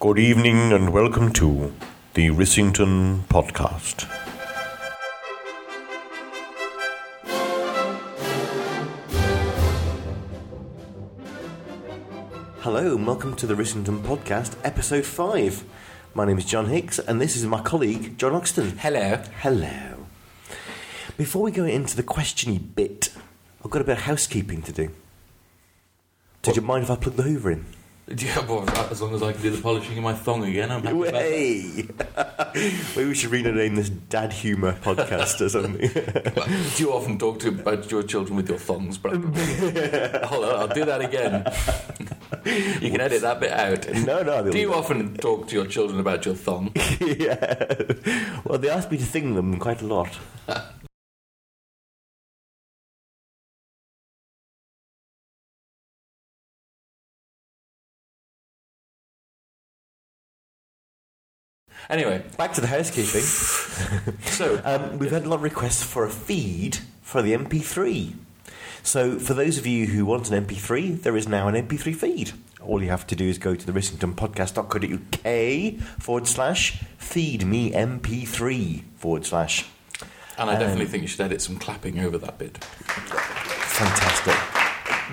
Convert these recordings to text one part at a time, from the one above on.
Good evening and welcome to the Rissington Podcast. Hello and welcome to the Rissington Podcast, episode 5. My name is John Hicks and this is my colleague, John Oxton. Hello. Hello. Before we go into the questiony bit, I've got a bit of housekeeping to do. Did you mind if I plug the Hoover in? Yeah, well, as long as I can do the polishing in my thong again, I'm happy about that. Hey! Maybe we should rename this Dad Humour podcast or something. Well, Do you often talk to about your children with your thongs, bro? Hold on, I'll do that again. you can edit that bit out. No, no, they'll Do do you it. often talk to your children about your thong? yeah. Well, they asked me to sing them quite a lot. Anyway, Back to the housekeeping. so Um, we've had a lot of requests for a feed for the MP3. So, for those of you who want an MP3, there is now an MP3 feed. All you have to do is go to the rissingtonpodcast.co.uk forward slash feed me MP3 forward slash. and I definitely think you should edit some clapping over that bit. Fantastic.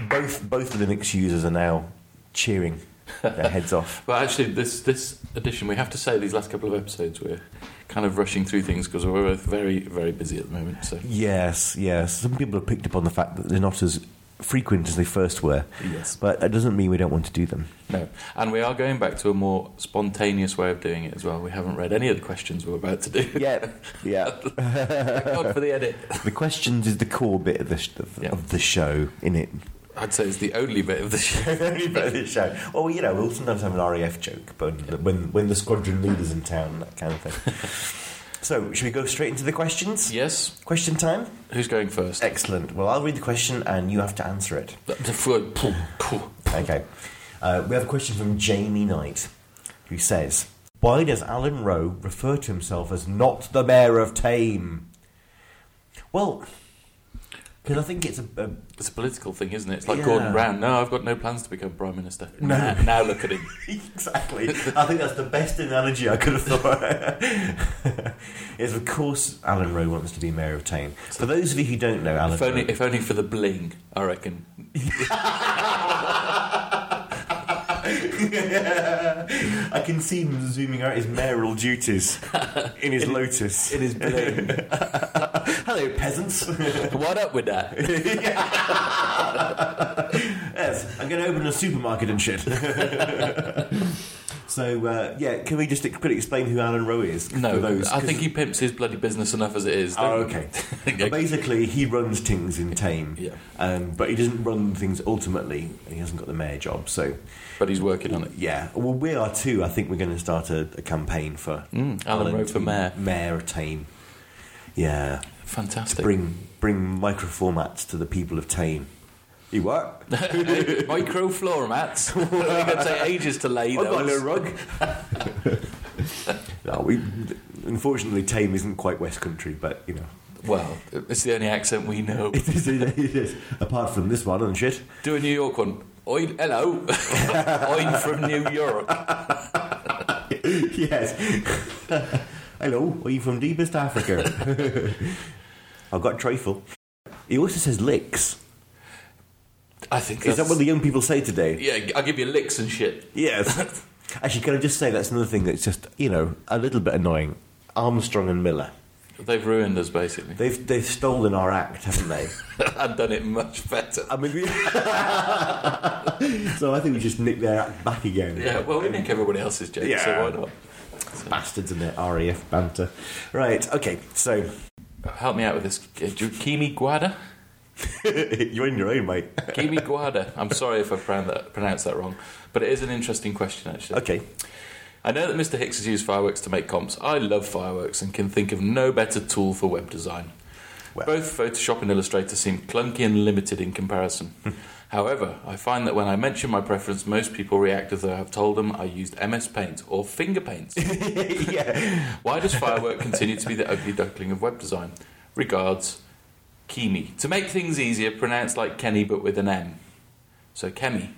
Both, both Linux users are now cheering their heads off. But actually, this this edition, we have to say, these last couple of episodes, we're kind of rushing through things because we're both very very busy at the moment. So Yes, yes. Some people have picked up on the fact that they're not as frequent as they first were. Yes. But that doesn't mean we don't want to do them. No, and we are going back to a more spontaneous way of doing it as well. We haven't read any of the questions we're about to do. Yeah, yeah. Thank God for the edit. The questions is the core bit of the sh- of, Yeah. of the show, in it. I'd say it's the only bit of the show. Only bit of the show. Well, you know, we'll sometimes have an RAF joke, but when when the squadron leader's in town, that kind of thing. so, should we go straight into the questions? Yes. Question time. Who's going first? Excellent. Well, I'll read the question and you have to answer it. Okay. Uh, we have a question from Jamie Knight, who says, "Why does Alan Rowe refer to himself as not the mayor of Tame?" Well, because I think it's a, a It's a political thing, isn't it? It's like Yeah. Gordon Brown. No, I've got no plans to become prime minister. No. Now, now look at him. Exactly. I think that's the best analogy I could have thought. is of course Alan Rowe wants to be mayor of Tame. For those of you who don't know, Alan If only, Rowe, if only for the bling, I reckon. I can see him zooming out his mayoral duties in his Lotus. It is bling. Hello, peasants. what up with that? yes, I'm going to open a supermarket and shit. so uh, yeah, can we just ex- could explain who Alan Rowe is? No, for those, I think 'cause- he pimps his bloody business enough as it is. Oh, don't okay. we? Well, Basically, he runs things in Tame, Yeah. um, but he doesn't run things ultimately. and He hasn't got the mayor job, so but he's working on it. yeah. Well, we are too. I think we're going to start a, a campaign for Mm, Alan Rowe to for be mayor. mayor of Tame. Yeah, Fantastic. bring bring microformats to the people of Tame. You what? Micro floor mats. They're going to take ages to lay. I've got a those. little rug. no, we unfortunately Tame isn't quite West Country, but you know. Well, it's the only accent we know. It is, it is. Apart from this one and shit. Do a New York one. Oi, hello. I'm from New York. yes. Hello, are you from deepest Africa? I've got trifle. He also says licks. I think Is that's... that what the young people say today? Yeah, I'll give you licks and shit. Yes. Actually, can I just say that's another thing that's just, you know, a little bit annoying. Armstrong and Miller. They've ruined us, basically. They've, they've stolen our act, haven't they? I've done it much better. I mean, we- so I think we just nick their act back again. Yeah, well, we make everybody else's jokes, Yeah. so why Bastards and their RAF banter. Right, okay, so not? Help me out with this. Kimi Guada? you're in your own, mate. Kimi Guada. I'm sorry if I pronoun- that- pronounced that wrong, but it is an interesting question, actually. Okay. I know that Mr. Hicks has used fireworks to make comps. I love fireworks and can think of no better tool for web design. Well. Both Photoshop and Illustrator seem clunky and limited in comparison. However, I find that when I mention my preference, most people react as though I've told them I used MS Paint or Finger Paint. yeah. Why does firework continue to be the ugly duckling of web design? Regards, Kimi. To make things easier, pronounce like Kenny but with an M. So Kemi.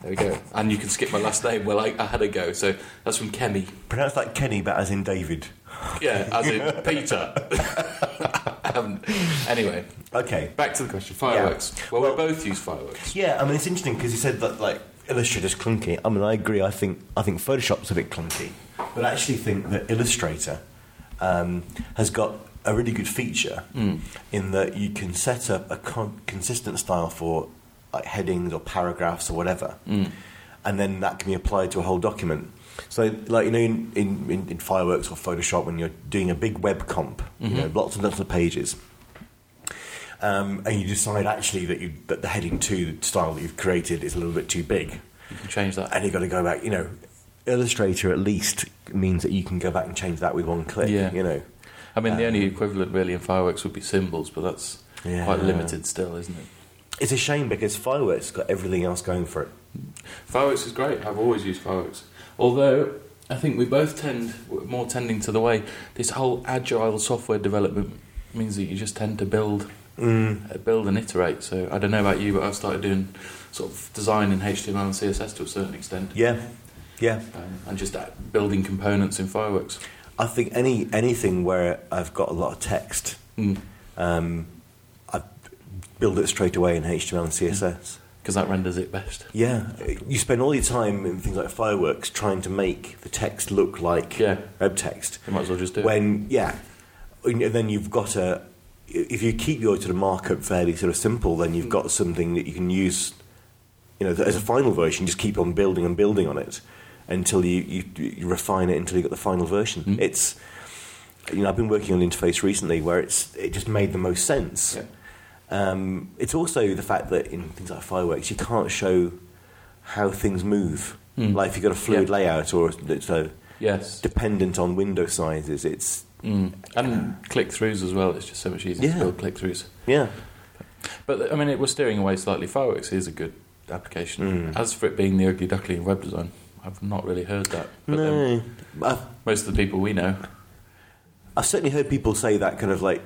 There we go. And you can skip my last name. Well, I, I had a go. So that's from Kemi. Pronounced like Kenny, but as in David. Yeah, as in Peter. I haven't. Anyway, Okay. back to the question. Fireworks. Well, we Well- both use fireworks. Yeah, I mean it's interesting because you said that like Illustrator's clunky. I mean I agree. I think I think Photoshop's a bit clunky, but I actually think that Illustrator um, has got a really good feature in that you can set up a con- consistent style for like headings or paragraphs or whatever, and then that can be applied to a whole document. So, like you know, in, in, in, in fireworks or Photoshop, when you're doing a big web comp, you know, lots and lots of pages, um, and you decide actually that you that the heading two style that you've created is a little bit too big, You can change that. and you've got to go back. You know, Illustrator at least means that you can go back and change that with one click. Yeah. You know, I mean, the only equivalent really in fireworks would be symbols, but that's Yeah. quite limited still, isn't it? it's a shame because fireworks got everything else going for it. Fireworks is great. I've always used fireworks. Although I think we both tend we're more tending to the way this whole agile software development means that you just tend to build, uh, build and iterate. So I don't know about you, but I've started doing sort of design in HTML and CSS to a certain extent, Yeah, yeah. um, and just uh, building components in fireworks. I think any anything where I've got a lot of text, Because um, I build it straight away in HTML and CSS. that renders it best. Yeah, you spend all your time in things like fireworks trying to make the text look like Yeah. web text. You might as well just do it. when yeah, and then you've got a. If you keep your sort of markup fairly sort of simple, then you've Mm. got something that you can use, you know, as a final version. Just keep on building and building on it until you you, you refine it until you got the final version. Mm. It's you know I've been working on an interface recently where it's it just made the most sense. Yeah. Um, it's also the fact that in things like fireworks, you can't show how things move. Mm. Like if you've got a fluid Yeah. layout or so Yes. dependent on window sizes, it's Mm. And click throughs as well. It's just so much easier Yeah. to build click throughs. yeah. But I mean, it was steering away slightly. Fireworks is a good application. Mm. As for it being the ugly duckling in web design, I've not really heard that. But then no, I've, most of the people we know, I've certainly heard people say that kind of like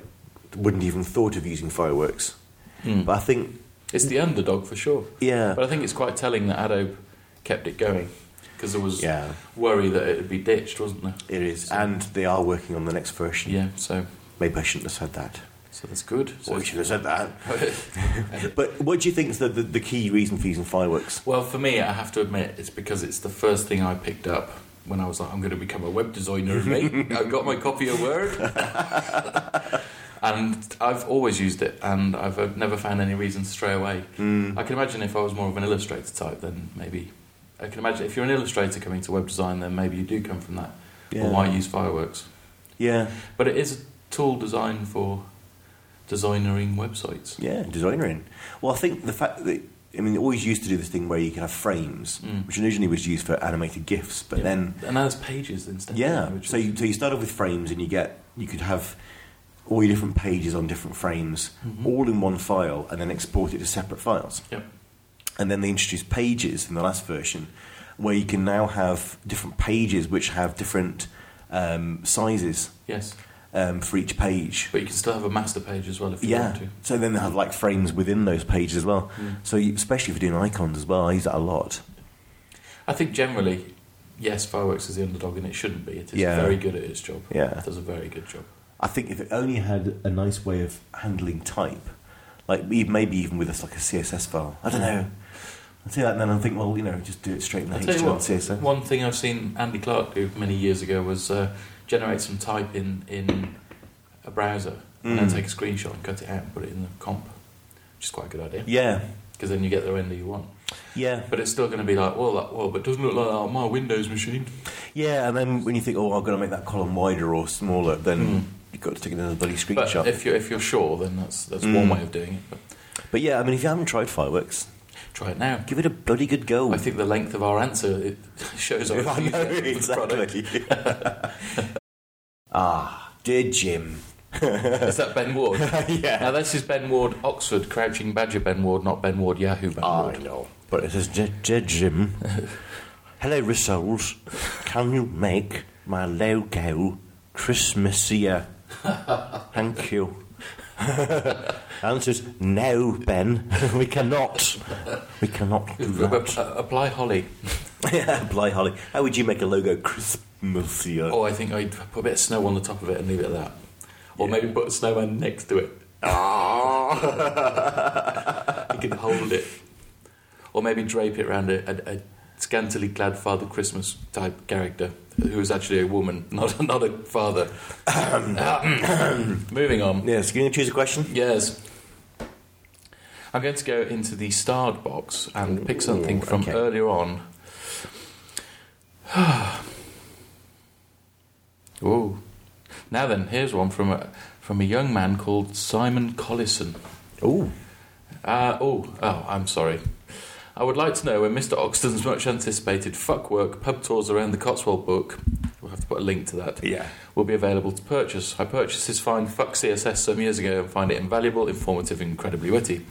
wouldn't even thought of using fireworks. mm. But I think it's the underdog for sure. yeah, But I think it's quite telling that Adobe kept it going because there was yeah, worry that it would be ditched, wasn't there? it is, and they are working on the next version. Yeah, so Maybe I shouldn't have said that. so that's good. So Or I should have said that. it's- But what do you think is the, the, the key reason for using fireworks? Well, for me, I have to admit, it's because it's the first thing I picked up when I was like, I'm going to become a web designer, mate. I've got my copy of Word. and I've always used it, and I've uh, never found any reason to stray away. Mm. I can imagine if I was more of an illustrator type, then maybe. I can imagine if you're an illustrator coming to web design, then maybe you do come from that. Yeah. Or why use fireworks? Yeah, But it is a tool designed for designering websites. yeah, designing. Well, I think the fact that I mean, they always used to do this thing where you can have frames, Mm. which originally was used for animated gifs, but Yeah. then And that's pages instead. Yeah. which So is- you, so you start off with frames, and you get you could have all your different pages on different frames, all in one file, and then export it to separate files. Mm-hmm. Yep. And then they introduced pages in the last version, where you can now have different pages which have different um, sizes Yes. um, for each page. But you can still have a master page as well if you Yeah. Mm. want to. So then they have like frames within those pages as well. So you, especially for doing icons as well, I use that a lot. I think generally, yes, fireworks is the underdog, and it shouldn't be. It is Yeah. very good at its job. Yeah. It does a very good job. I think if it only had a nice way of handling type, like e- maybe even with us like a CSS file. I don't know. I say that and then I think, well, you know, just do it straight in the I'll tell HTML you what, CSS. one thing I've seen Andy Clark do many years ago was uh, generate some type in, in a browser and then Mm. take a screenshot and cut it out and put it in the comp, which is quite a good idea Yeah, because then you get the render you want. yeah, But it's still going to be like, well, that, well, but it doesn't look like that on my Windows machine. yeah. And then when you think, oh, I've got to make that column wider or smaller, then you've got to take another bloody Hmm. But screenshot. But, if you're if you're sure, then that's that's Mm. one way of doing it. But yeah, I mean, if you haven't tried fireworks, try it now. give it a bloody good go. I think the length of our answer it shows our I know, enthusiasm for the product. exactly. ah, dear Jim. Is that Ben Ward? Now yeah. this is Ben Ward, Oxford, Crouching Badger Ben Ward, not Ben Ward, Yahoo Ben I Ward. know. But it says, Dear dear Jim, hello, results. Can you make my logo Christmassier? Thank you. answer is no, Ben. we cannot. We cannot do that. Uh, apply holly. yeah, Bly Holly. How would you make a logo Christmasier? Oh, I think I'd put a bit of snow on the top of it and leave it at that. Or maybe put a snowman next to it. you can hold it. Or maybe drape it around a, a, a scantily clad Father Christmas type character who is actually a woman, not, not a father. Moving on. Yes, can you choose a question? Yes. I'm going to go into the starred box and pick something Ooh, from okay. earlier on. Whoa. Now then, here's one from a, from a young man called Simon Collison. Oh, Uh, oh, oh, I'm sorry. I would like to know when Mr. Oxton's much anticipated Fuck Work Pub Tours Around the Cotswold book, we'll have to put a link to that, Yeah. will be available to purchase. I purchased his fine Fuck CSS some years ago and find it invaluable, informative, and incredibly witty.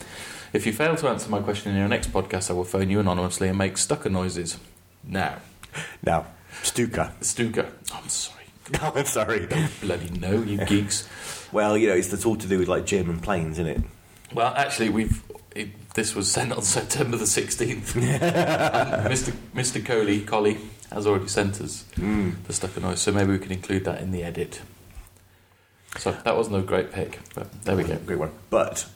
If you fail to answer my question in your next podcast, I will phone you anonymously and make stucker noises. Now, now Stuka. Stuka. I'm sorry. I'm sorry. Bloody no, you geeks. Well, you know, it's, it's all to do with like German planes, isn't it? Well, actually, we've it, this was sent on September the sixteenth. Mr. Mr. Coley Collie has already sent us the stuck noise, so maybe we can include that in the edit. So that wasn't a great pick, but there we go. Great one. But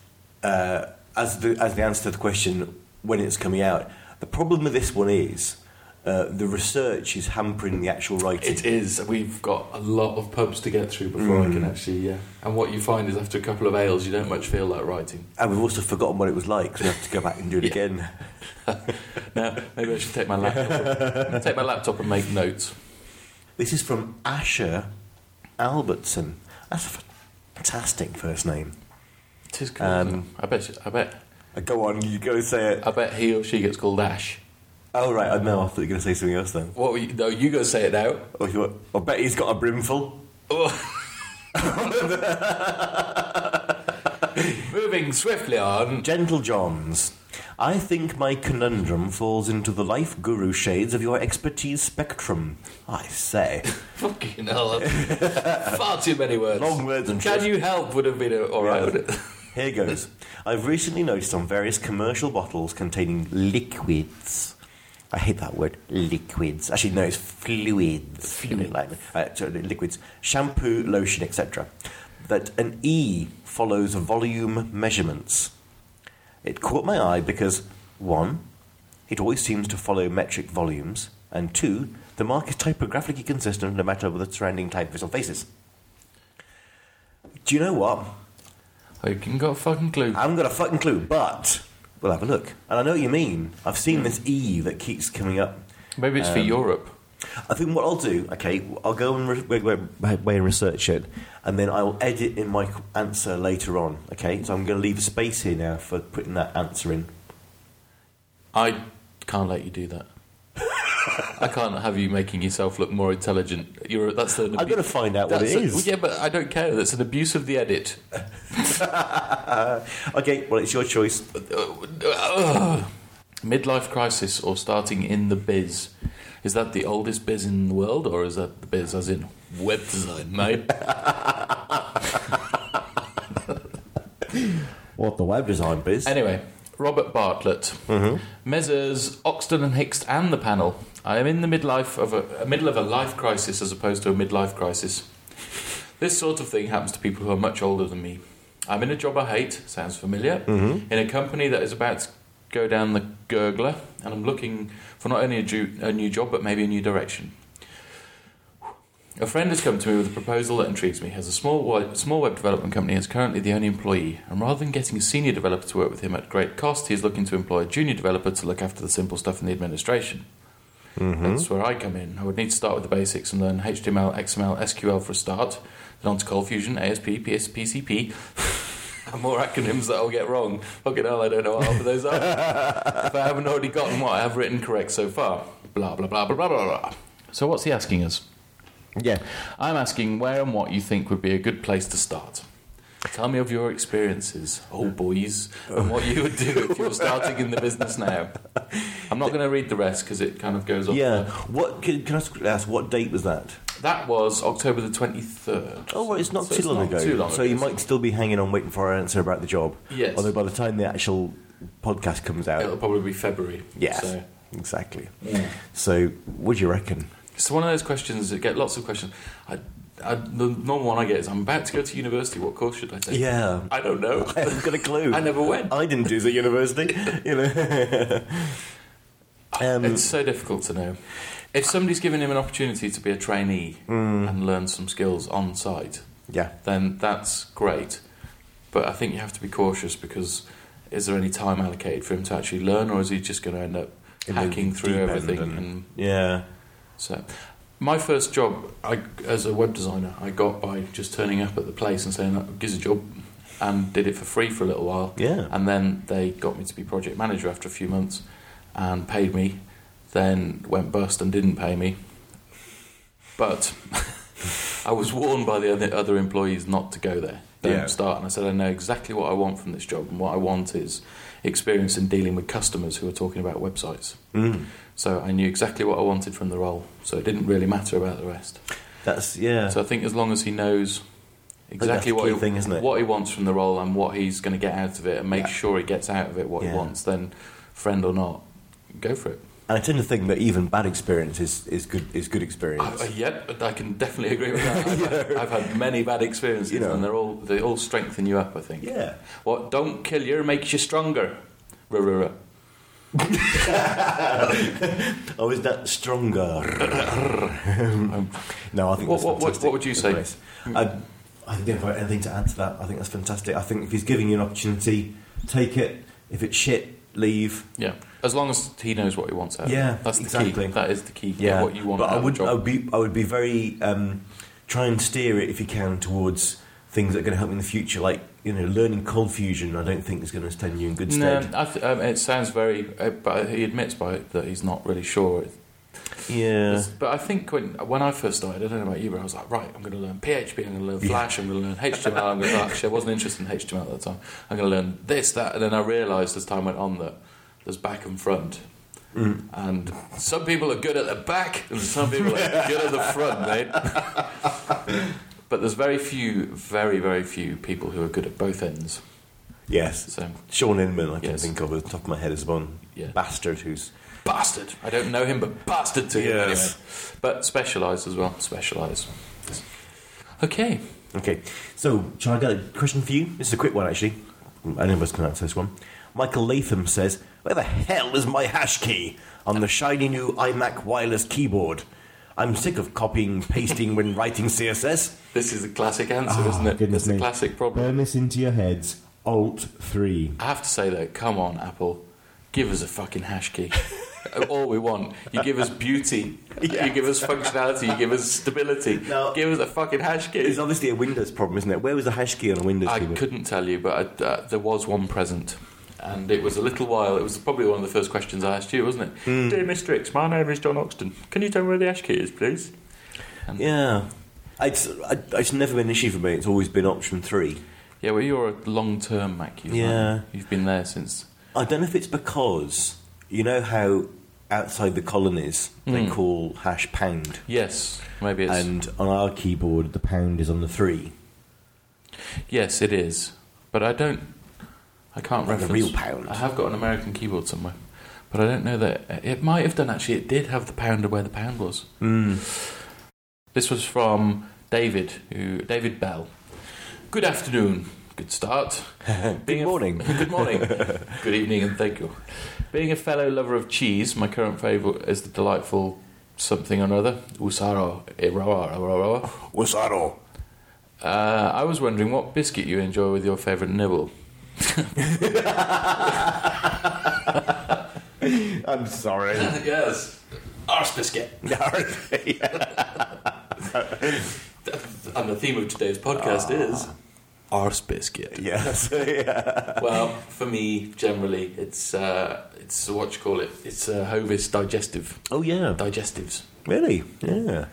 uh, as the as the answer to the question when it's coming out, the problem with this one is uh, the research is hampering the actual writing. It is. We've got a lot of pubs to get through before I can actually. Yeah. And what you find is after a couple of ales, you don't much feel like writing. And we've also forgotten what it was like, so we have to go back and do it Yeah. again. Now maybe I should take my laptop. take my laptop and make notes. This is from Asher Albertson. That's a fantastic first name. Tis cool. isn't it? I bet. I bet. Uh, Go on, you go say it. I bet he or she gets called Ash. Oh, right, I know, I thought you were going to say something else then. What? Were you, no, you go say it now. Oh, you want- I bet he's got a brimful. Moving swiftly on. Gentle Johns. I think my conundrum falls into the life guru shades of your expertise spectrum. I say. Fucking hell. that's Far too many words. Long words and Can shit. you help would have been a- all right. Yeah. wouldn't it? Here goes. I've recently noticed on various commercial bottles containing liquids. I hate that word, liquids. Actually, no, it's fluids. Fluids. Like, uh, sorry, liquids. Shampoo, lotion, etc. That an E follows volume measurements. It caught my eye because, one, it always seems to follow metric volumes, and two, the mark is typographically consistent no matter with the surrounding typeface or faces. Do you know what? I can got a fucking clue. I haven't got a fucking clue, but we'll have a look. And I know what you mean. I've seen this E that keeps coming up. Maybe it's for Europe. I think what I'll do, okay, I'll go and re- wait, wait, wait, wait and research it, and then I will edit in my answer later on, okay? So I'm going to leave a space here now for putting that answer in. I can't let you do that. I can't have you making yourself look more intelligent. You're that's an. I've got to find out what it that's a- is. yeah, but I don't care. That's an abuse of the edit. Uh, Okay, well, it's your choice. uh, Midlife crisis or starting in the biz. Is that the oldest biz in the world, or is that the biz as in web design, mate? What the web design biz? Anyway, Robert Bartlett, Messrs. Oxton and Hicks, and the panel. I am in the midlife of a, a middle of a life crisis, as opposed to a midlife crisis. This sort of thing happens to people who are much older than me. I'm in a job I hate. Sounds familiar. In a company that is about to go down the gurgler, and I'm looking for not only a, ju- a new job but maybe a new direction. A friend has come to me with a proposal that intrigues me. As a small web, small web development company is currently the only employee, and rather than getting a senior developer to work with him at great cost, he is looking to employ a junior developer to look after the simple stuff in the administration. That's where I come in. I would need to start with the basics and learn HTML, XML, SQL for a start, then on to Cold Fusion, ASP, PS, PCP, and more acronyms that I'll get wrong. Fucking hell, I don't know what half of those are. if I haven't already gotten what I have written correct so far. Blah, blah, blah, blah, blah, blah, blah. So, what's he asking us? Yeah. I'm asking where and what you think would be a good place to start. Tell me of your experiences, old boys, and what you would do if you were starting in the business now. I'm not going to read the rest because it kind of goes on. Yeah. What can, can I ask, what date was that? That was October the 23rd. Oh, well, it's not So too long not ago. too long so ago. you might still be hanging on waiting for our answer about the job. Yes. Although by the time the actual podcast comes It'll out, probably be February. yeah, So. exactly. So what do you reckon? It's one of those questions that get lots of questions. I, I, the normal one I get is I'm about to go to university. What course should I take? Yeah. I don't know. I haven't got a clue. I never went. I didn't do this at university. you know. um, it's so difficult to know. If somebody's given him an opportunity to be a trainee Hmm. and learn some skills on site, yeah. then that's great. But I think you have to be cautious because is there any time allocated for him to actually learn, or is he just going to end up In the hacking through deep end everything? and- and Yeah. So, my first job I, as a web designer, I got by just turning up at the place and saying, "Look, "Give us a job," and did it for free for a little while. Yeah. And then they got me to be project manager after a few months, and paid me. Then went bust and didn't pay me. But I was warned by the other- other employees not to go there. Don't Yeah. start. And I said, I know exactly what I want from this job, and what I want is experience in dealing with customers who are talking about websites. Mm. So I knew exactly what I wanted from the role. So it didn't really matter about the rest. That's yeah. So I think as long as he knows exactly the what key he, thing, isn't it? what he wants from the role and what he's going to get out of it, and make sure he gets out of it what Yeah. he wants, then friend or not, go for it. and I tend to think that even bad experience is, is good is good I, experience. I- yep, I can definitely agree with that. I've, had, I've had many bad experiences, You know. and they're all they all strengthen you up. I think. yeah. What don't kill you makes you stronger. Ruh, ruh, ruh. Oh, is that stronger? Um, no, I think that's What- what- what- fantastic what would you say? advice. I, I don't have anything to add to that. I think that's fantastic. I think if he's giving you an opportunity, take it. If it's shit, leave. Yeah, as long as he knows what he wants out. of it. Yeah, that's the exactly. key. That is the key. Yeah, Yeah, what you want. But I out of a would, job. I would be, I would be very um, try and steer it if you can towards things that are going to help me in the future, like you know, learning cold fusion. I don't think is going to stand you in good No, stead. I th- um, it sounds very. Uh, but he admits by it that he's not really sure. Yeah, But I think when when I first started, I don't know about you, but I was like, right, I'm going to learn PHP, I'm going to learn Flash, I'm going to learn HTML. I'm going to actually, I wasn't interested in HTML at that time. I'm going to learn this, that, and then I realised as time went on that there's back and front. Mm. And some people are good at the back, and some people are good at the front, mate. but there's very few, very, very few people who are good at both ends. yes. So, Sean Inman, I can Yes. think of at the top of my head as one Yeah. bastard who's bastard. I don't know him, but bastard to him Yes. anyway. But specialise as well. Specialise. Okay. okay. So, shall I get a question for you? This is a quick one, actually. Any of us can answer this one. Michael Latham says, "Where the hell is my hash key on the shiny new iMac wireless keyboard? I'm sick of copying, pasting when writing CSS." This is a classic answer, isn't it? Ah, goodness it's a me. classic problem. Burn this into your heads. Alt 3. I have to say though, come on, Apple, give us a fucking hash key. All we want. You give us beauty. You give us functionality. You give us stability. No. Give us a fucking hash key. It's obviously a Windows problem, isn't it? Where was the hash key on a Windows I keyboard? couldn't tell you, but I, uh, there was one present. And it was a little while, it was probably one of the first questions I asked you, wasn't it? Hmm. Dear Mr. X, my name is John Oxton. Can you tell me where the ash key is, please? Yeah. It's, I, it's never been an issue for me. It's always been option 3. Yeah, well, you're a long term Mac user. Yeah. aren't you? You've been there since. I don't know if it's because, you know how outside the colonies they call hash pound? Hmm. Yes, maybe it's. And on our keyboard, the pound is on the 3. Yes, it is. But I don't. I can't Like the reference. Uh-huh. real pound. I have got an American keyboard somewhere, but I don't know that it might have done. Actually, it did have the pounder where the pound was. Hmm. This was from David, who David Bell. Good afternoon. Good start. Being a- morning. good morning. good evening, and thank you. Being a fellow lover of cheese, my current favourite is the delightful something or other, Usaro Irawa. Irawa. Oh. Wasaro. Uh, I was wondering what biscuit you enjoy with your favourite nibble. I'm sorry. yes, arse biscuit. And the theme of today's podcast is arse biscuit. yes. yeah. well, for me, generally, it's uh, it's what you call it. It's uh, Hovis digestive Oh, yeah. digestives. Really? Yeah.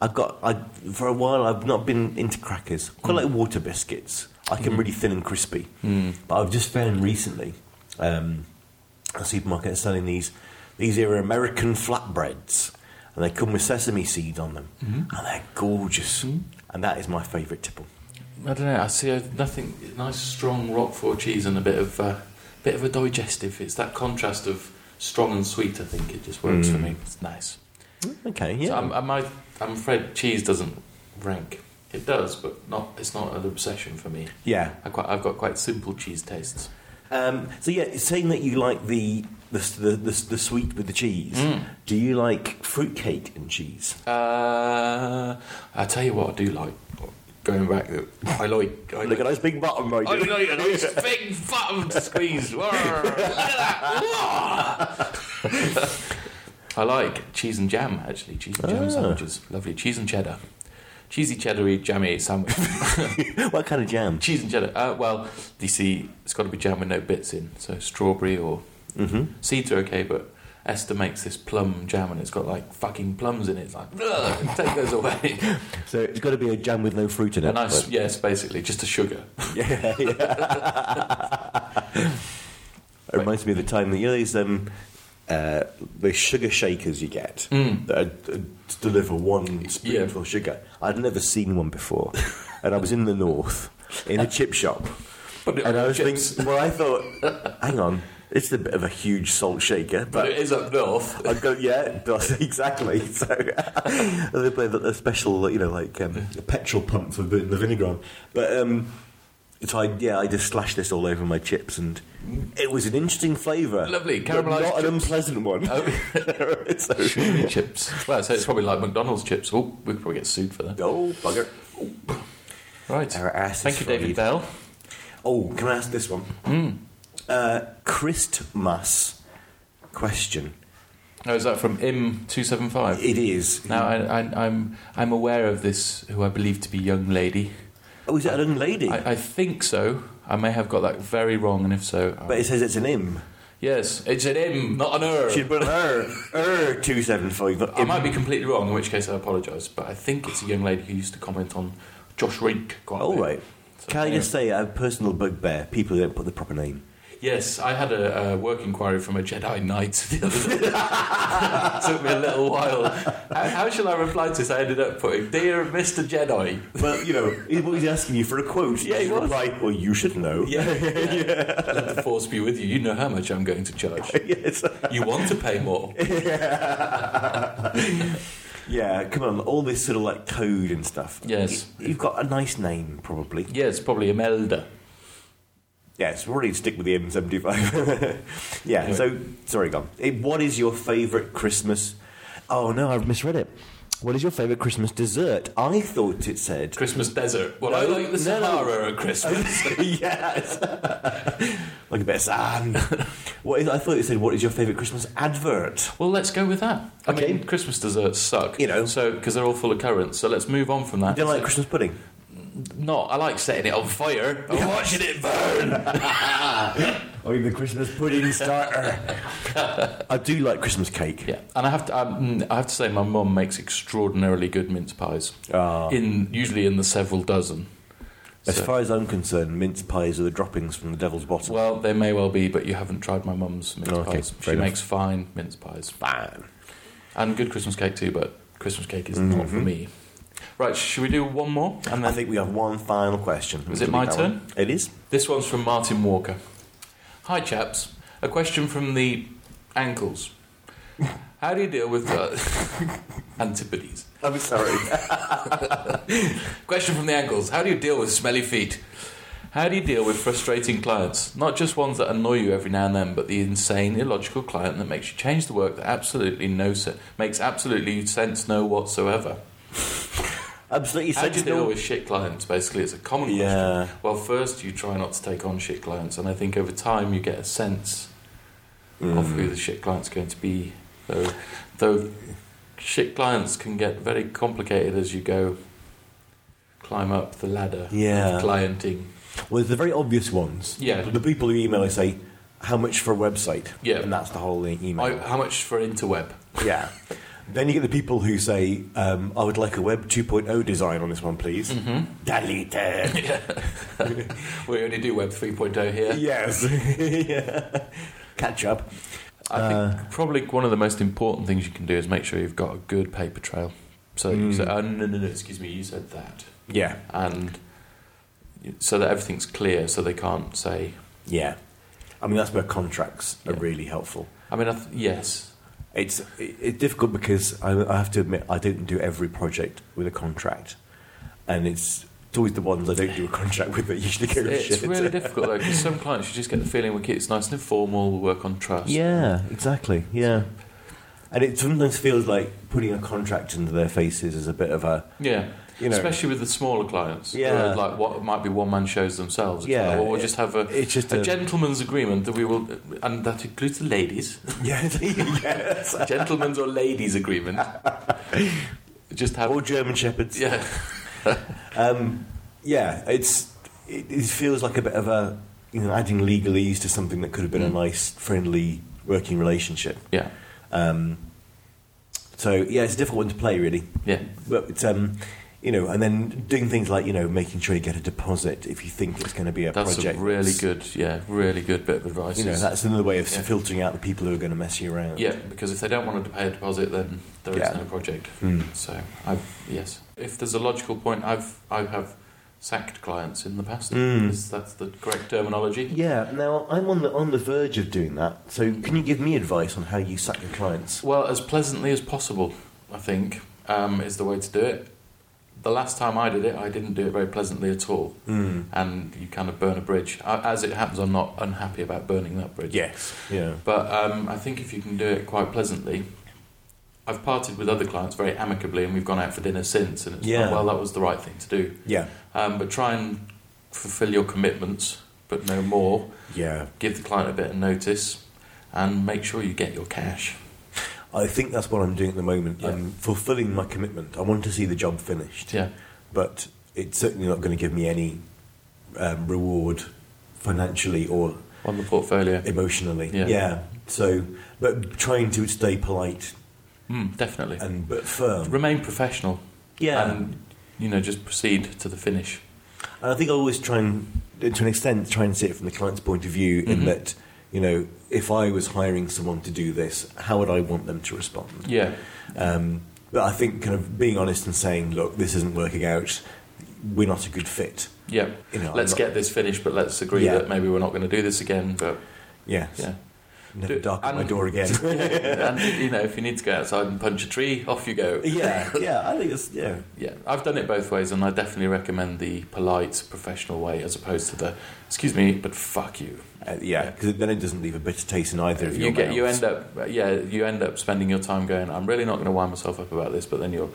I've got I for a while I've not been into crackers. Quite like water biscuits. I can really thin and crispy. Mm. But I've just found recently um, a supermarket is selling these these are American flatbreads. and they come with sesame seeds on them, and they're gorgeous. Mhm. And that is my favourite tipple. I don't know. I see a, nothing nice, strong Roquefort cheese and a bit of uh, bit of a digestive. It's that contrast of strong and sweet. I think it just works for Mm. me. It's nice. Okay, So yeah. I'm, I'm, I- I'm afraid cheese doesn't rank. It does, but not. It's not an obsession for me. yeah. I quite, I've got quite simple cheese tastes. Um, so yeah, it's saying that you like the the, the, the, the sweet with the cheese. Do you like fruitcake and cheese? Uh, I tell you what, I do like. Going back, I like. Look I at like those big bottom right I like a nice big bottom to squeeze. Whoa, Look at that. Whoa. I like cheese and jam actually. Cheese and jam Ah. sandwiches, lovely. Cheese and cheddar, cheesy cheddar jammy sandwich. What kind of jam? cheese and cheddar. Uh, well, you see, it's got to be jam with no bits in. So strawberry or Mm-hmm. seeds are okay, but Esther makes this plum jam and it's got like fucking plums in it. It's like, "Ugh, take those away. So it's got to be a jam with no fruit in it. A nice, yes, basically, just a sugar. but- yeah, yeah. it reminds me of the time that you know these um, uh, those sugar shakers you get Mm. that uh, deliver one spoonful of sugar. I'd never seen one before, and I was in the north in a chip shop. But it, And I was chips. thinking, well, I thought, hang on, it's a bit of a huge salt shaker, but but it is up north. I've got, yeah, that's exactly. So and they play the, the special, you know, like um, the petrol pump for the, the vinegar on. But um, so I, yeah, I just slashed this all over my chips, and it was an interesting flavour. Lovely, but caramelised Not chips. an unpleasant one. so, Shrimp chips. Well, so it's probably like McDonald's chips. Oh, we could probably get sued for that. oh, bugger. Right. Our ass is Thank you, David fried. Bell. Oh, can I ask this one? Uh, Christmas question. Oh, is that from Im275? It is. Now, I, I, I'm, I'm aware of this, who I believe to be young lady. Oh, is it an lady? I, I think so. I may have got that very wrong, and if so, but it says it's an him. yes, it's an M, not an er. She'd put her, her 275. Not I might be completely wrong, in which case I apologise. But I think it's a young lady who used to comment on Josh Rink quite a All bit. Oh, right. So, Can I anyway. just say, I have a personal bugbear people who don't put the proper name. Yes, I had a, uh work inquiry from a Jedi Knight the other day. Took me a little while. How, how shall I reply to this? I ended up putting, "Dear Mr. Jedi." Well, you know, he- well, he's asking you for a quote. Yeah, he You was. reply, well, you should know. Yeah, Let the force be with you. You know how much I'm going to charge. yes. You want to pay more? yeah, come on, all this sort of like code and stuff. Yes. You- You've got a nice name, probably. Yes, probably Imelda. Yes, we're already stick with the M75. yeah, Anyway. so, sorry, gone. What is your favourite Christmas? Oh, no, I've misread it. What is your favourite Christmas dessert? I thought it said. Christmas desert. Well, I No, like the no, no. Sahara at Christmas. yes! like a bit of sand. What is, I thought it said, what is your favourite Christmas advert? Well, let's go with that. I Okay. mean, Christmas desserts suck, You know. so because they're all full of currants. So let's move on from that. Do you like Christmas pudding? No, I like setting it on fire and watching it burn. Or even Christmas pudding starter. I do like Christmas cake. Yeah, and I have to. Um, mm, I have to say, my mum makes extraordinarily good mince pies. Ah. In usually in the several dozen. As So- far as I'm concerned, mince pies are the droppings from the devil's bottom. well, they may well be, but you haven't tried my mum's mince Oh, okay, pies. She fair enough. makes fine mince pies Bam. and good Christmas cake too. But Christmas cake is not for me. Right? Should we do one more? And I then think we have one final question. Is it my That one. It is. This one's from Martin Walker. Hi, chaps. A question from the ankles. How do you deal with uh, antipodes? I'm sorry. Question from the ankles. How do you deal with smelly feet? How do you deal with frustrating clients? Not just ones that annoy you every now and then, but the insane, illogical client that makes you change the work that absolutely no se- makes absolutely sense no whatsoever. Absolutely How do you deal sensible. with shit clients? Basically, it's a common question. Yeah. Well, first you try not to take on shit clients, and I think over time you get a sense of who the shit client's going to be. Though, though shit clients can get very complicated as you go climb up the ladder Yeah. of clienting. Well, there's the very obvious ones. Yeah. The people who email and say, how much for a website? Yeah. And that's the whole e- email. I, how much for interweb? Yeah. Then you get the people who say, um, I would like a Web 2.0 design on this one, please. Mm-hmm. Delete it. We only do web 3.0 here. yes. Yeah. Catch up. I think probably one of the most important things you can do is make sure you've got a good paper trail. So, you say, oh, no, no, no, excuse me, you said that. Yeah, And so that everything's clear, so they can't say, yeah. I mean, that's where contracts are Yeah. really helpful. I mean, I th- yes, It's it- it's difficult because I, I have to admit I don't do every project with a contract, and it's, it's always the ones I don't do a contract with that usually go to it's shit. really difficult though, 'cause some clients you just get the feeling we keep it's nice and informal, we work on trust. Yeah, exactly. Yeah, and it sometimes feels like putting a contract into their faces is a bit of a Yeah. you know. Especially with the smaller clients. who Yeah. are Like what might be one man shows themselves. It's Yeah, like, well, we'll it- just have a, it's just a a- gentleman's agreement that we will, and that includes the ladies. yeah, yes. gentleman's or ladies' agreement. Just have. All German shepherds. Yeah. Um, yeah, it's it, it feels like a bit of a you know adding legalese to something that could have been a Mm. nice friendly working relationship. Yeah. Um, so yeah, it's a difficult one to play really, Yeah. but it's, um, you know, and then doing things like you know making sure you get a deposit if you think it's going to be a That's project. a really that's- good, yeah, really good bit of advice. You know, is- that's another way of Yeah. filtering out the people who are going to mess you around. yeah, because if they don't want to pay a deposit, then there is Yeah. no project. Hmm. So, I've, yes. If there's a logical point, I've, I have sacked clients in the past. Mm. Is that's the correct terminology? Yeah. Now I'm on the on the verge of doing that. So can you give me advice on how you sack your clients? Well, as pleasantly as possible, I think, um, is the way to do it. The last time I did it, I didn't do it very pleasantly at all. Mm. and you kind of burn a bridge. A- As it happens, I'm not unhappy about burning that bridge. Yes. Yeah. But um, I think if you can do it quite pleasantly, I've parted with other clients very amicably, and we've gone out for dinner since, and it's Yeah. like, well, that was the right thing to do. Yeah. Um, but try and fulfil your commitments, but no more. Yeah. Give the client a bit of notice, and make sure you get your cash. I think that's what I'm doing at the moment. Yeah. I'm fulfilling my commitment. I want to see the job finished. Yeah, But it's certainly not going to give me any um, reward financially or on the portfolio. emotionally. Yeah. So, but trying to stay polite Mm, definitely. and but firm. Remain professional. yeah. And, And you know, just proceed to the finish. I think I always try and, to an extent, try and see it from the client's point of view in Mhm. that, you know, if I was hiring someone to do this, how would I want them to respond? Yeah. Um, but I think kind of being honest and saying, look, this isn't working out. We're not a good fit. Yeah. You know, I'm let's not- get this finished, but let's agree Yeah. that maybe we're not going to do this again. But Yeah, yeah, never Do- darken my and- door again. and you know, if you need to go outside and punch a tree, off you go. yeah, yeah. I think it's yeah, Yeah, I've done it both ways, and I definitely recommend the polite, professional way as opposed to the "excuse me, but fuck you." uh, yeah. Because then it doesn't leave a bitter taste in either of your You get, you mouths. end up, yeah, you end up spending your time going, "I'm really not going to wind myself up about this," but then you're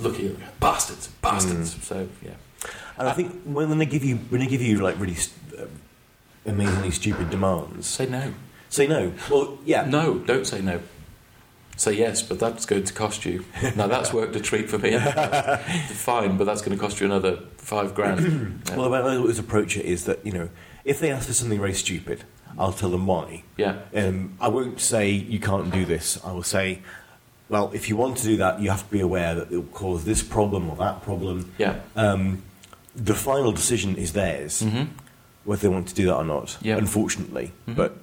looking, bastards, bastards. Mm. So yeah, And I think when, when they give you when they give you like really st- um, amazingly stupid demands, say no. say no. Well, yeah, No, don't say no. Say yes, but that's going to cost you. Now that's worked a treat for me. Fine, but that's going to cost you another five grand. Yeah. Well, the way I always approach it is that you know, if they ask for something very stupid, I'll tell them why. yeah, Um, I won't say you can't do this. I will say, well, if you want to do that, you have to be aware that it will cause this problem or that problem. yeah, Um, the final decision is theirs, whether they want to do that or not. Mm-hmm. Yeah. Mm-hmm. Unfortunately, but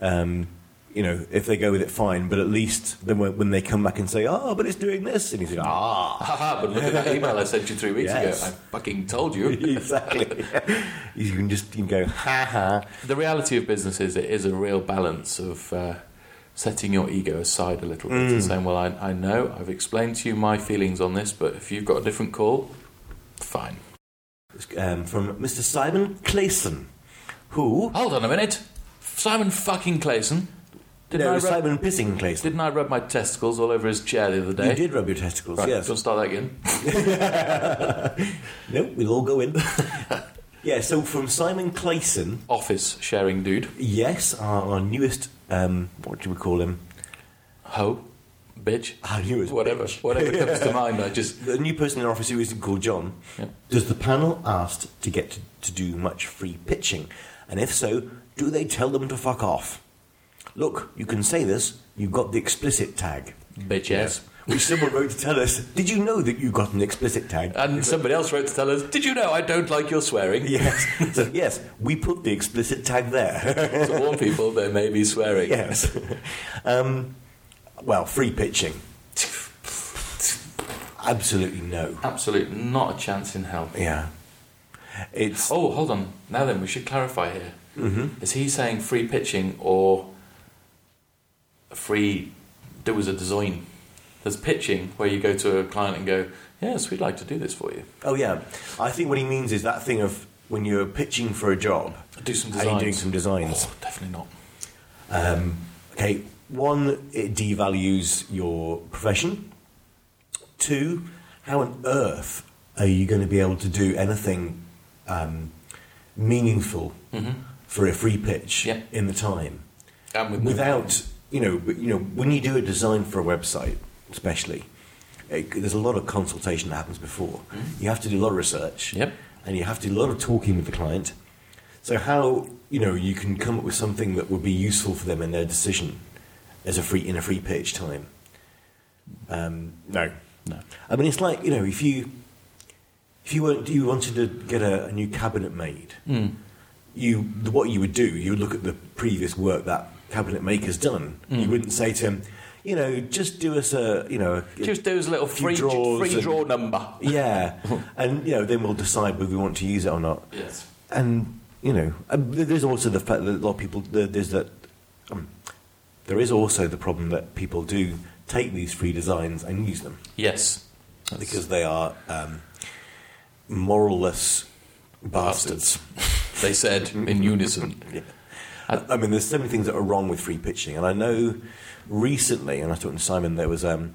um, you know, if they go with it, fine. But at least then when when they come back and say, "Oh, but it's doing this," and you say, "Ah." Haha, but look at that email I sent you three weeks Yes. ago. I fucking told you. exactly. you can just you can go, ha ha. the reality of business is it is a real balance of uh, setting your ego aside a little bit and Mm. saying, well, I, I know I've explained to you my feelings on this, but if you've got a different call, fine. um, from Mr. Simon Clayson, who. Hold on a minute, Simon fucking Clayson. Didn't no, I re- Simon Pissing Clayson. Didn't I rub my testicles all over his chair the other day? You did rub your testicles, Right, yes. Don't start that again. no, we'll all go in. yeah, so from Simon Clayson, Office sharing dude. yes, our, our newest, um, what do we call him? Ho. Bitch. Our newest. Whatever. bitch. Whatever comes to mind. I just. The new person in our office who isn't called John. Yeah. Does the panel ask to get to, to do much free pitching? And if so, do they tell them to fuck off? Look, you can say this, you've got the explicit tag. Bitch ass. which someone wrote to tell us, did you know that you got an explicit tag? And somebody else wrote to tell us, Did you know I don't like your swearing? yes. So, yes, we put the explicit tag there. to warn people there may be swearing. yes. Um, well, free pitching. Absolutely no. Absolutely not a chance in hell. Yeah. It's. Oh, hold on. Now then, we should clarify here. Mm-hmm. Is he saying free pitching or free do as a design? There's pitching where you go to a client and go, Yes, we'd like to do this for you. Oh yeah, I think what he means is that thing of when you're pitching for a job Do some and designs. you're doing some designs. Oh, definitely not. Um, okay, one, it devalues your profession. Two, how on earth are you going to be able to do anything um, meaningful for a free pitch Yeah. in the time And with no- without you know w- you know when you do a design for a website, especially. It, there's a lot of consultation that happens before. You have to do a lot of research, Mm-hmm. Yep. and you have to do a lot of talking with the client. So how you know you can come up with something that would be useful for them in their decision as a free in a free pitch time? Um, no, No. I mean, it's like you know, if you if you weren't, you wanted to get a, a new cabinet made, you what you would do, you would look at the previous work that cabinet maker's done. You wouldn't say to him, you know, just do us a, you know, a- Just do as a little few free, draws free and- draw number. yeah, and you know, then we'll decide whether we want to use it or not. Yes. And you know, and th- there's also the fact that a lot of people there- there's that um, there is also the problem that people do take these free designs and use them Yes. because they are um, moralless bastards. Bastards. They said in unison. I mean, there's so many things that are wrong with free pitching, and I know recently, and I was talking to Simon, there was, um,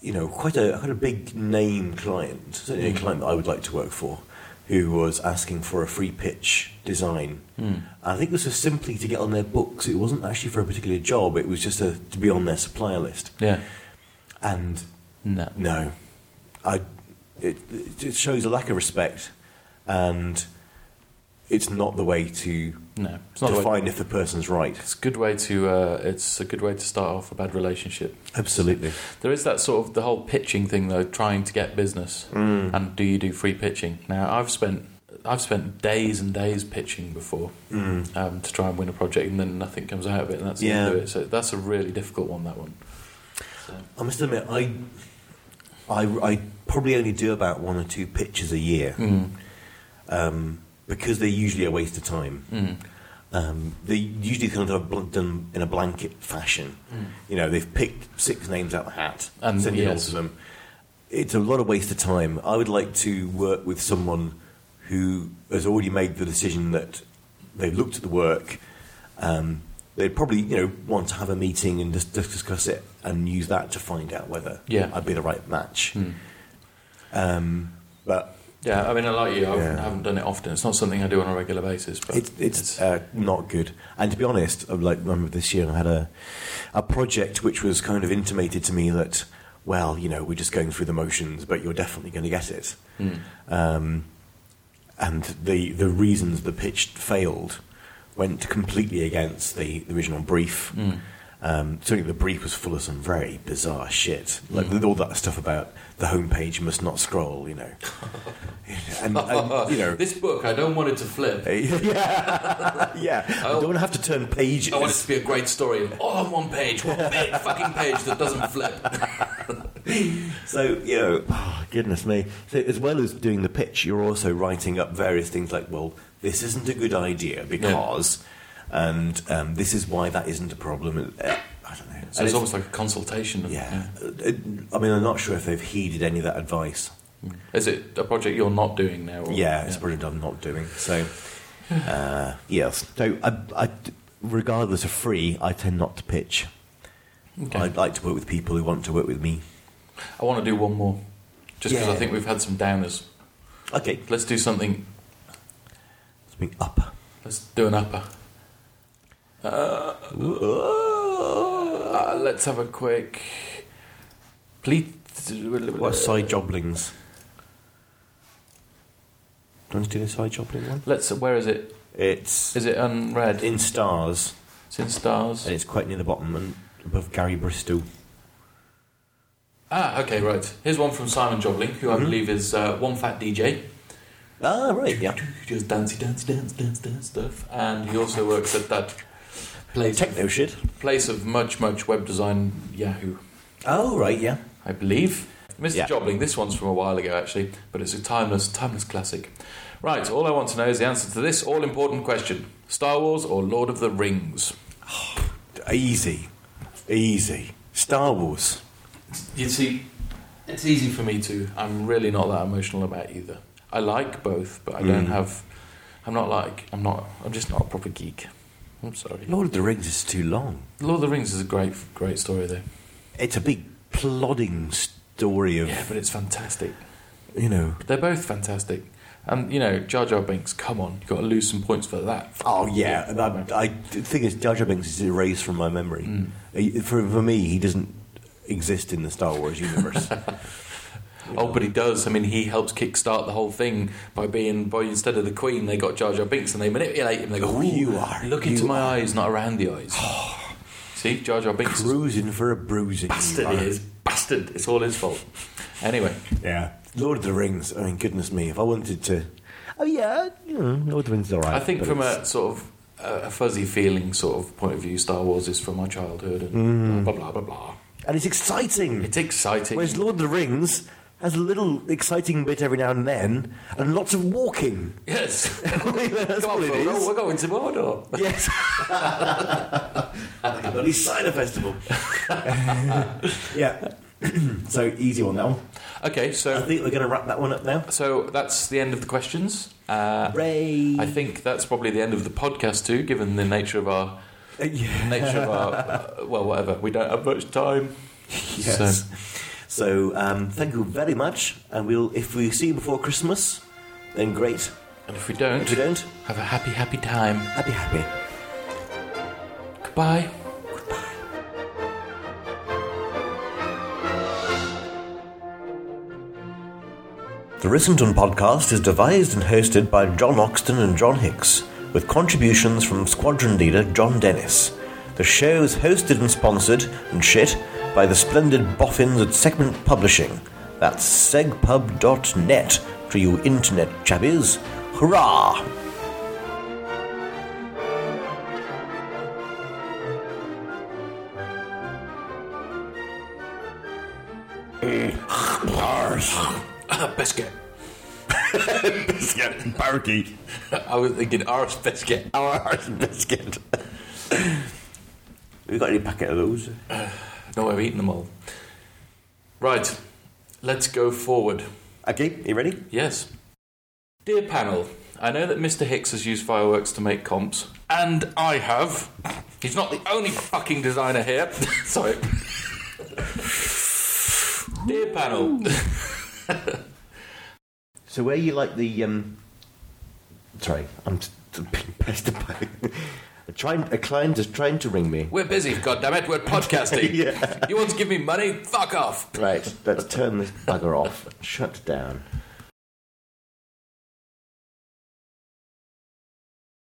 you know, quite a quite a big name client, certainly a client that I would like to work for, who was asking for a free pitch design. I think this was simply to get on their books. It wasn't actually for a particular job. It was just a, to be on their supplier list, Yeah. and No. no, I. It, it shows a lack of respect, and it's not the way to No. It's not to the way- find if the person's right. It's a good way to. Uh, it's a good way to start off a bad relationship. Absolutely. There is that sort of the whole pitching thing though, trying to get business. Mm. And do you do free pitching? Now I've spent I've spent days and days pitching before um, to try and win a project, and then nothing comes out of it, and that's the end Mm. Yeah. of it. So that's a really difficult one. That one. So, I must admit, I, I, I probably only do about one or two pitches a year um, because they're usually a waste of time. mm, Um, they usually kind of bl- done in a blanket fashion. mm, You know, they've picked six names out of the hat And- and sent it all yes. to them. It's a lot of waste of time. I would like to work with someone who has already made the decision that they've looked at the work. Um, they'd probably, you know, want to have a meeting and just, just discuss it and use that to find out whether Yeah. I'd be the right match. Um, but mm. yeah, I mean, I like you. I've, Yeah. I haven't done it often. It's not something I do on a regular basis, but It's it's, uh, not good. And to be honest, I like remember this year I had a a project which was kind of intimated to me that well, you know, we're just going through the motions, but you're definitely going to get it. mm. Um, and the the reasons the pitch failed went completely against the, the original brief. Hmm. Um, certainly, the brief was full of some very bizarre shit, like Hmm. all that stuff about the homepage must not scroll, you know, and, and you know this book I don't want it to flip. yeah, yeah. I Oh. don't want to have to turn pages. I want it to be a great story, all on one page, one big fucking page that doesn't flip. So you know, oh, goodness me. So as well as doing the pitch, you're also writing up various things like, well, this isn't a good idea because, and um, this is why that isn't a problem. Uh, I don't know. So And it's, almost like a consultation. Of, yeah. Uh, I mean, I'm not sure if they've heeded any of that advice. Is it a project you're not doing now? Or, Yeah, it's brilliant. I'm not doing so. Uh, yes. So, I, I, regardless of free, I tend not to pitch. Okay. I'd like to work with people who want to work with me. I want to do one more, just because Yeah. I think we've had some downers. Okay, Let's do something. something up. Let's do an upper. Uh, let's have a quick. Please. What side joblings? Do you want to do the side jobling one? Let's. Where is it? It's Is it unread? in stars, It's in stars. and it's quite near the bottom and above Gary Bristol. Ah, okay, right. Here's one from Simon Jobling, who Mm-hmm. I believe is uh, One Fat DJ. Ah, right, yeah. He does dancey, dance, dance, dance, dance stuff. And he also works at that place, Techno shit. place of much, much web design Yahoo, Oh, right, yeah. I believe. Mr. Yeah. Jobling, this one's from a while ago actually, but it's a timeless, timeless classic. Right, all I want to know is the answer to this all important question Star Wars or Lord of the Rings? Easy. Easy. Star Wars. You see, it's easy for me to. I'm really not that emotional about either. I like both, but I don't have. I'm not like. I'm not. I'm just not a proper geek. I'm sorry. Lord of the Rings is too long. Lord of the Rings is a great, great story though. It's a big plodding story of, Yeah, but it's fantastic. you know. They're both fantastic. And you know, Jar Jar Binks. Come on, you got to lose some points for that. Oh, yeah. and I, I, the thing is, Jar Jar Binks is erased from my memory. Mm. Uh, For, for me, he doesn't exist in the Star Wars universe. Oh, but he does. I mean, he helps kickstart the whole thing by being by instead of the Queen, they got Jar Jar Binks, and they manipulate him. They go, Oh, "Ooh, you are- look you into my are." eyes, not around the eyes." See, Jar Jar Binks is Cruising for a bruising. you bastard. are. He is bastard. It's all his fault. Anyway, Yeah. Lord of the Rings. I mean, goodness me. If I wanted to. Oh, yeah. You know, Lord of the Rings is alright. I think but from it's- a sort of a a fuzzy feeling sort of point of view, Star Wars is from my childhood and blah blah blah blah. And it's exciting. Mm. It's exciting. Whereas Lord of the Rings has a little exciting bit every now and then and lots of walking. yes. That's Come all on, it Frodo, is. we're going to Mordor. Yes. like a bloody cider festival. yeah. so, easy one, that one. Okay, I so think we're going to wrap that one up now. so that's the end of the questions. Uh, Ray. I think that's probably the end of the podcast too, given the nature of our yeah. nature of our well, whatever. We don't have much time. Yes. So, um, thank you very much. And we'll, if we see you before Christmas, then great. And if we don't, If we don't, have a happy, happy time. happy, happy. Goodbye. The Rissington podcast is devised and hosted by John Oxton and John Hicks, with contributions from squadron leader John Dennis. The show is hosted and sponsored, and shit, by the splendid boffins at Segment Publishing. That's segpub.net to you internet chappies. Hurrah! Ah, biscuit. Biscuit, Barky, I was thinking arse biscuit. our biscuit. we got any packet of those? No, I've eaten them all. Right, let's go forward. Okay, you ready? Yes. Dear panel, I know that Mr. Hicks has used fireworks to make comps, and I have. He's not the only fucking designer here. Sorry. Dear panel, So where you like the um, sorry, I'm t- t- being pestered by a trying a client is trying to ring me. we're busy, goddammit, we're podcasting. You want to give me money? Fuck off. Right, let's turn this bugger off. Shut down.